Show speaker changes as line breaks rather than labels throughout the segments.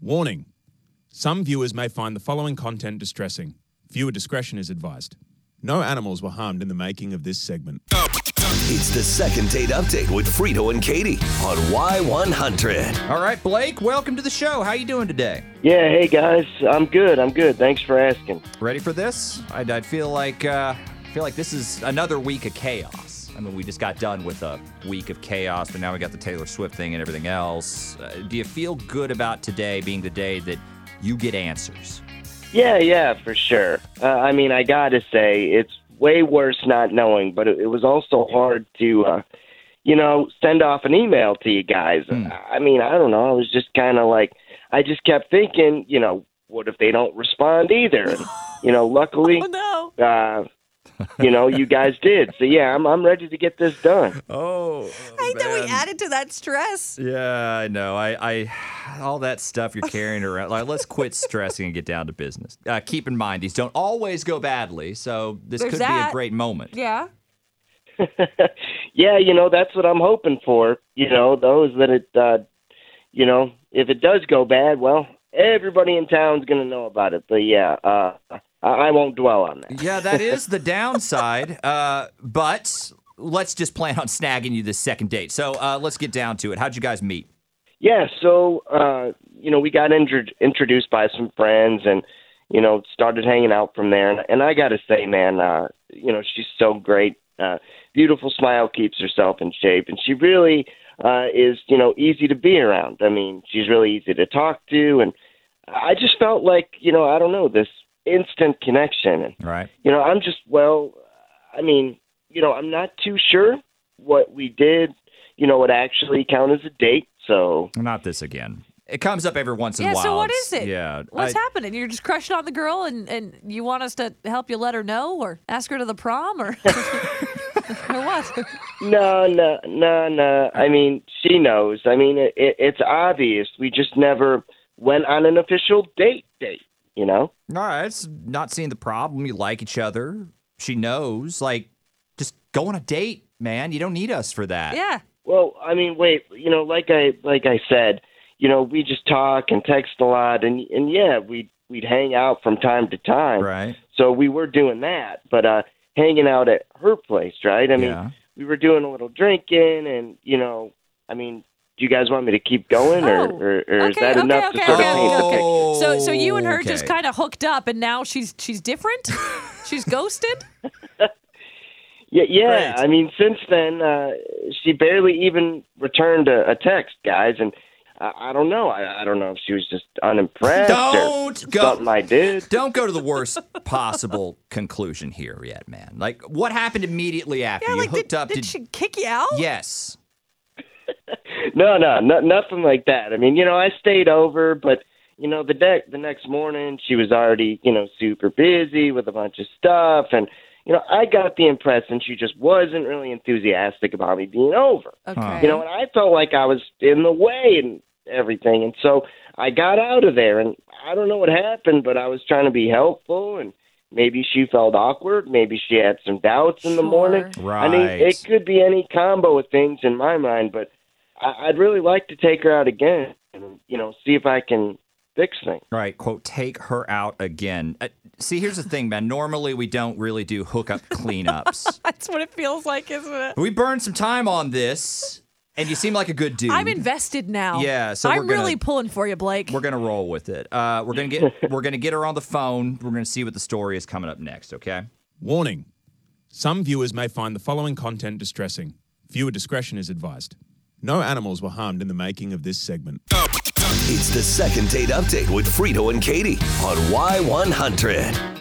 Warning Some viewers may find the following content distressing. Viewer discretion is advised. No animals were harmed in the making of this segment.
It's the second date update with Frito and Katie on Y100.
All right, Blake, welcome to the show. How you doing today?
Yeah, hey guys, I'm good. I'm good. Thanks for asking.
Ready for this? I, I feel like uh, I feel like this is another week of chaos. I mean, we just got done with a week of chaos, but now we got the Taylor Swift thing and everything else. Uh, do you feel good about today being the day that you get answers?
Yeah, yeah, for sure. Uh, I mean, I gotta say, it's way worse not knowing, but it, it was also hard to, uh, you know, send off an email to you guys. I mean, I don't know. I was just kind of like, I just kept thinking, you know, what if they don't respond either? And, you know, luckily,
no.
uh, you know, you guys did. So yeah, I'm I'm ready to get this done.
Oh,
I think we added to that stress.
Yeah, I know. I, I, all that stuff you're carrying around. Like, let's quit stressing and get down to business. Uh, keep in mind, these don't always go badly, so this
There's
could be a
that.
great moment.
Yeah.
yeah, you know, that's what I'm hoping for. You know, those that it, uh, you know, if it does go bad, well, everybody in town's going to know about it. But yeah, uh, I, I won't dwell on that.
Yeah, that is the downside. Uh, but let's just plan on snagging you this second date. So uh, let's get down to it. How'd you guys meet?
Yeah, so, uh, you know, we got intro- introduced by some friends and, you know, started hanging out from there. And, and I got to say, man, uh, you know, she's so great. Uh, beautiful smile keeps herself in shape. And she really uh, is, you know, easy to be around. I mean, she's really easy to talk to. And I just felt like, you know, I don't know, this instant connection. And,
Right.
you know, I'm just well. I mean, you know, I'm not too sure what we did. You know, would actually count as a date. So
Not this again. It comes up every once in
Yeah.
a while.
So what
It's-
is it?
Yeah.
What's
I-
happening? You're just crushing on the girl, and and you want us to help you let her know, or ask her to the prom, or or what?
no, no, no, no. I mean, she knows. I mean, it, it, it's obvious. We just never went on an official date. Date. You know.
All right. It's not seeing the problem. You like each other. She knows. Like, just go on a date, man. You don't need us for that.
Yeah.
Well, I mean, wait. You know, like I like I said, you know, we just talk and text a lot, and and yeah, we we'd hang out from time to time.
Right.
So we were doing that, but uh hanging out at her place, right? I mean,
Yeah.
we were doing a little drinking, and you know, I mean, do you guys want me to keep going, or
Oh,
or, or is
okay,
that
okay,
enough to
okay,
sort
okay,
of paint the
okay.
picture?
So so you and her just
Oh, Okay.
kind of hooked up, and now she's she's different. she's ghosted.
Yeah, yeah.
Great.
I mean, since then, uh, she barely even returned a, a text, guys, and I, I don't know. I, I don't know if she was just unimpressed
Don't
or
go-
something I did.
Don't go to the worst possible conclusion here yet, man. Like, what happened immediately after
Yeah.
you
like
hooked
did,
up?
did she kick you out?
Yes.
No, no, no, nothing like that. I mean, you know, I stayed over, but you know, the de- the next morning she was already, you know, super busy with a bunch of stuff, and you know, I got the impression she just wasn't really enthusiastic about me being over.
Okay.
You know, and I felt like I was in the way and everything, and so I got out of there, and I don't know what happened, but I was trying to be helpful and. Maybe she felt awkward. Maybe she had some doubts in the
Sure.
morning. I mean,
Right.
it could be any combo of things in my mind, but I, I'd really like to take her out again and, you know, see if I can fix things.
Right, quote, take her out again. Uh, see, here's the thing, man. Normally, we don't really do hookup cleanups.
That's what it feels like, isn't it?
we burned some time on this, and you seem like a good dude.
I'm invested now.
Yeah, so we're
I'm
gonna-
really pulling for you, Blake.
We're gonna roll with it. Uh, we're gonna get we're gonna get her on the phone. We're gonna see what the story is coming up next. Okay.
Warning Some viewers may find the following content distressing. Viewer discretion is advised. No animals were harmed in the making of this segment.
It's the second date update with Frito and Katie on Y100.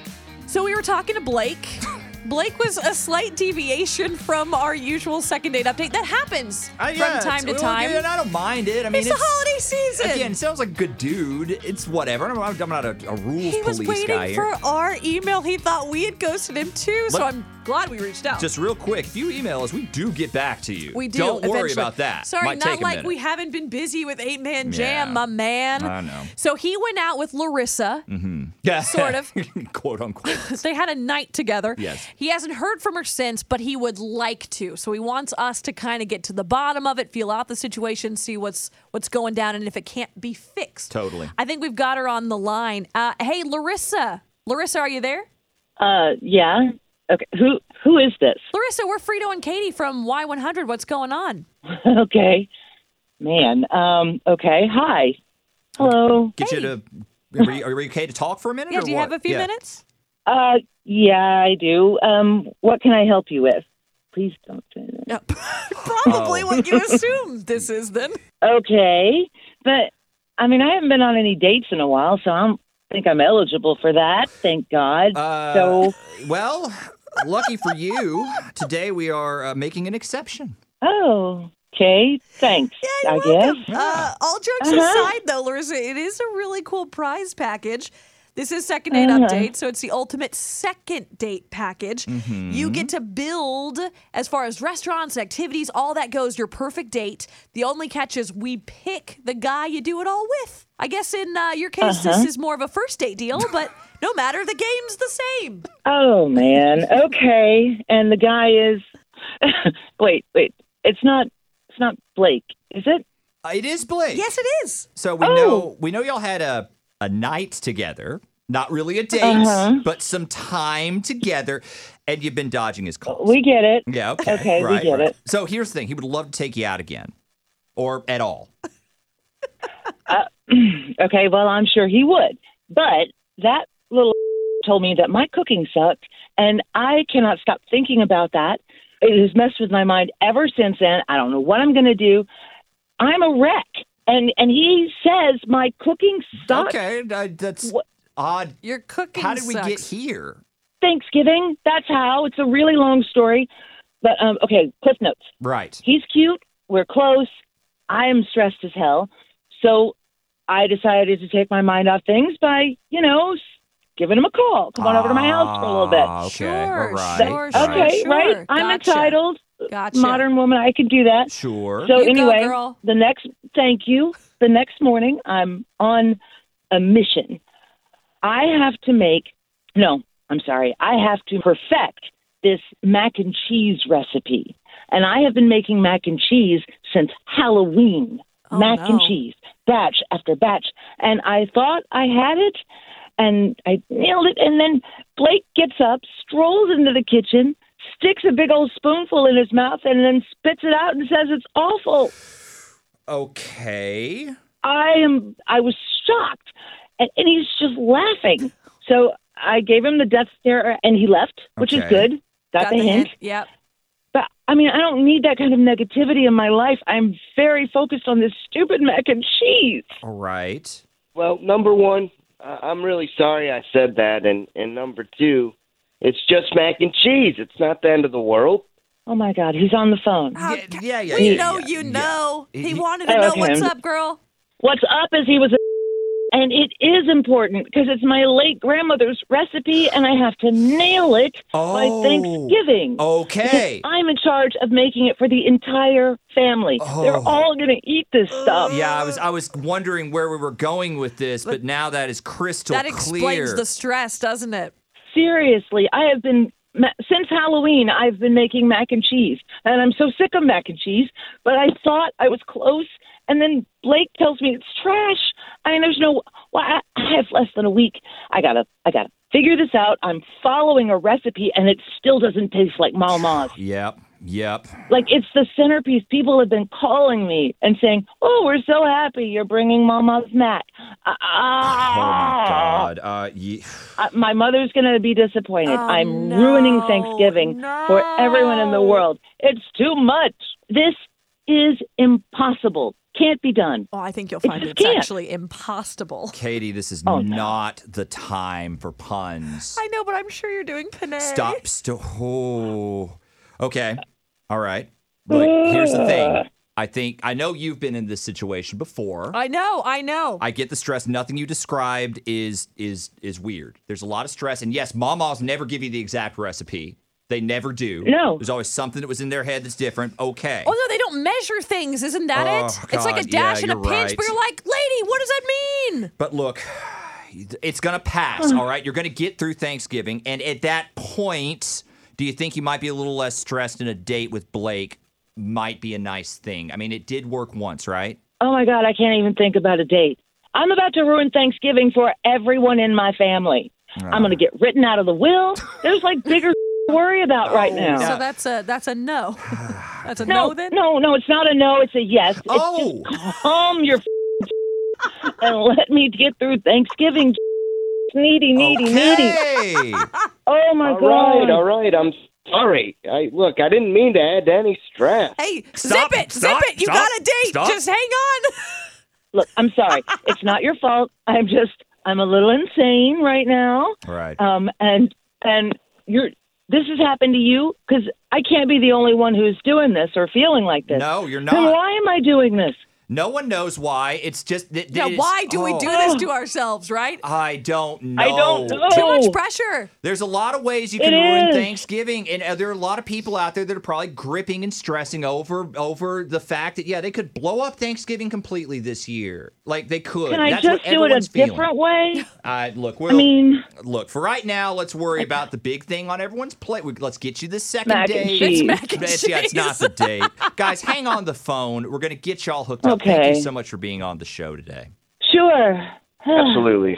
So we were talking to Blake. Blake was a slight deviation from our usual second date update. That happens
Uh,
from time to time.
I don't mind it. I mean,
it's, the holiday season.
Again, sounds like a good dude. It's whatever. I'm, I'm not a, a rules
he was
police
waiting
guy here.
for our email. He thought we had ghosted him too. so
Let-
I'm glad we reached out.
Just real quick, if you email us, we do get back to you.
we do.
Don't worry
eventually.
about that.
Sorry,
Might
not
take a
like
minute.
we haven't been busy with Eight Man
Yeah.
Jam, my man.
I know.
So he went out with Larissa.
yeah.
sort of.
quote unquote.
They had a night together.
Yes.
He hasn't heard from her since, but he would like to. So he wants us to kind of get to the bottom of it, feel out the situation, see what's what's going down, and if it can't be fixed.
Totally.
I think we've got her on the line. Uh, hey, Larissa. Larissa, are you there?
Uh, yeah. Okay. Who who is this?
Larissa, we're Frito and Katie from Y100. What's going on?
Okay. Man. Um. Okay. Hi. Hello.
Get you to. Are you, are you okay to talk for a minute?
Yeah,
or
do you
what?
have a few
Yeah.
minutes?
Uh. Yeah, I do. Um. What can I help you with? Please don't. say that.
No.
Oh.
Probably what you assume this is then.
Okay. But I mean, I haven't been on any dates in a while, so I don't think I'm eligible for that. Thank God.
Uh,
so.
Well, lucky for you, today we are uh, making an exception.
Oh. Okay. Thanks. I guess.
Uh, all jokes aside, though, Larissa, it is a really cool prize package. This is second date update, so it's the ultimate second date package.
Mm-hmm.
You get to build, as far as restaurants, activities, all that goes, your perfect date. The only catch is we pick the guy you do it all with. I guess in uh, your case, this is more of a first date deal, but no matter, the game's the same.
Oh man. Okay. And the guy is wait, wait. It's not it's not Blake, is it?
Uh, it is Blake.
Yes, Oh. it is.
So we know we know y'all had a a night together, not really a date,
Uh-huh.
but some time together, and you've been dodging his calls.
We get it.
yeah, okay,
okay, we
right,
get
right.
it.
So here's the thing: he would love to take you out again, or at all.
Okay, well I'm sure he would. But that little told me that my cooking sucked and I cannot stop thinking about that. It has messed with my mind ever since then. I don't know what I'm gonna do. I'm a wreck. And and he says my cooking sucks.
Okay, uh, that's
What-
odd.
Your cooking
How did we get
sucks.
here?
Thanksgiving, that's how. It's a really long story. But um okay, cliff notes.
Right.
he's cute. We're close. I am stressed as hell. So I decided to take my mind off things by, you know, s- giving him a call. Come on over to my house for a little
Ah,
bit.
Okay,
Sure,
right,
sure,
right.
Okay,
sure.
right? I'm
Gotcha.
entitled.
Gotcha.
Modern woman, I can do that.
Sure.
So
You go,
anyway,
girl.
the next thank you. The next morning, I'm on a mission. I have to make no, I'm sorry. I have to perfect this mac and cheese recipe. And I have been making mac and cheese since Halloween.
Oh,
mac and
no.
cheese, batch after batch. And I thought I had it and I nailed it. And then Blake gets up, strolls into the kitchen, sticks a big old spoonful in his mouth, and then spits it out and says it's awful.
okay.
I am. I was shocked, and, and he's just laughing. So I gave him the death stare, and he left, which
Okay.
is good. Got, the, hint.
Yep.
But I mean, I don't need that kind of negativity in my life. I'm very focused on this stupid mac and cheese.
All right.
Well, number one, uh, I'm really sorry I said that, and and number two, it's just mac and cheese. It's not the end of the world.
Oh my God, he's on the phone.
Oh,
Yeah, yeah, yeah,
We
yeah,
know
yeah,
you
yeah.
know. He
He-
wanted to
I
know
love
what's
him.
up, girl.
What's up is he was a and it is important because it's my late grandmother's recipe and I have to nail it
Oh.
by Thanksgiving.
Okay.
I'm in charge of making it for the entire family. They're all going to eat this stuff.
Oh. Yeah, I was I was wondering where we were going with this, but now that is crystal
That
clear.
explains the stress, doesn't it?
Seriously, I have been ma- since Halloween. I've been making mac and cheese, and I'm so sick of mac and cheese. But I thought I was close, and then Blake tells me it's trash. I mean, there's no. Well, I, I have less than a week. I gotta, I gotta figure this out. I'm following a recipe, and it still doesn't taste like Ma Ma's.
Yep. Yep.
Like it's the centerpiece. People have been calling me and saying, "Oh, we're so happy you're bringing Mama's Uh, mac."
Oh my
Ah,
God. Uh, ye-
uh, my mother's going to be disappointed.
Oh,
I'm
no.
ruining Thanksgiving for everyone in the
No.
world. It's too much. This is impossible. Can't be done.
Oh, I think you'll
It
find
just
it's
can't.
actually impossible.
Katie, this is
Oh, no.
not the time for puns.
I know, but I'm sure you're doing Panay.
Stop. St- oh. Okay. All right. Look, here's the thing. I think I know you've been in this situation before.
I know, I know.
I get the stress. Nothing you described is is is weird. There's a lot of stress, and yes, Mama's never give you the exact recipe. They never do.
No.
There's always something that was in their head that's different. Okay.
Oh no, they don't measure things, isn't that
Oh,
it? It's like a
God, yeah,
dash and a
you're
pinch,
right.
but you're like, lady, what does that mean?
But look, it's going to pass,
Mm.
all right? You're going to get through Thanksgiving. And at that point, do you think you might be a little less stressed and a date with Blake might be a nice thing? I mean, it did work once, right?
Oh my God, I can't even think about a date. I'm about to ruin Thanksgiving for everyone in my family. I'm going to get written out of the will. There's like bigger to worry about right now.
Oh, So that's a that's a no. that's a
no,
no, then.
no, no, it's not a no, it's a yes. It's
Oh!
just calm your and let me get through Thanksgiving. Needy, needy, needy.
Okay.
Oh my
All
God.
right, all right. I'm sorry. I look. I didn't mean to add to any stress.
Hey,
Stop,
zip it,
stop,
zip it. You
stop,
got a date.
stop.
Just hang on.
Look, I'm sorry. it's not your fault. I'm just, I'm a little insane right now.
All right.
um, and and you're this has happened to you because I can't be the only one who's doing this or feeling like this.
No, you're
Then
not.
why am I doing this?
No one knows why. It's just that.
Now,
it's-
why do we
oh,
do this to ourselves, right?
I don't know.
I don't know.
Too much pressure.
There's a lot of ways you can
It
ruin
is.
Thanksgiving, and uh, there are a lot of people out there that are probably gripping and stressing over over the fact that yeah, they could blow up Thanksgiving completely this year. Like they could.
Can I
That's
just
what
do it a
everyone's feeling.
different way?
Uh, look, we'll,
I mean,
look for right now. Let's worry about the big thing on everyone's plate. We, let's get you the second
Mac and
date.
cheese. It's
mac and
It's- yeah, it's not the date, guys. Hang on the phone. We're gonna get y'all hooked up. Thank
Okay.
you so much for being on the show today.
sure.
Absolutely.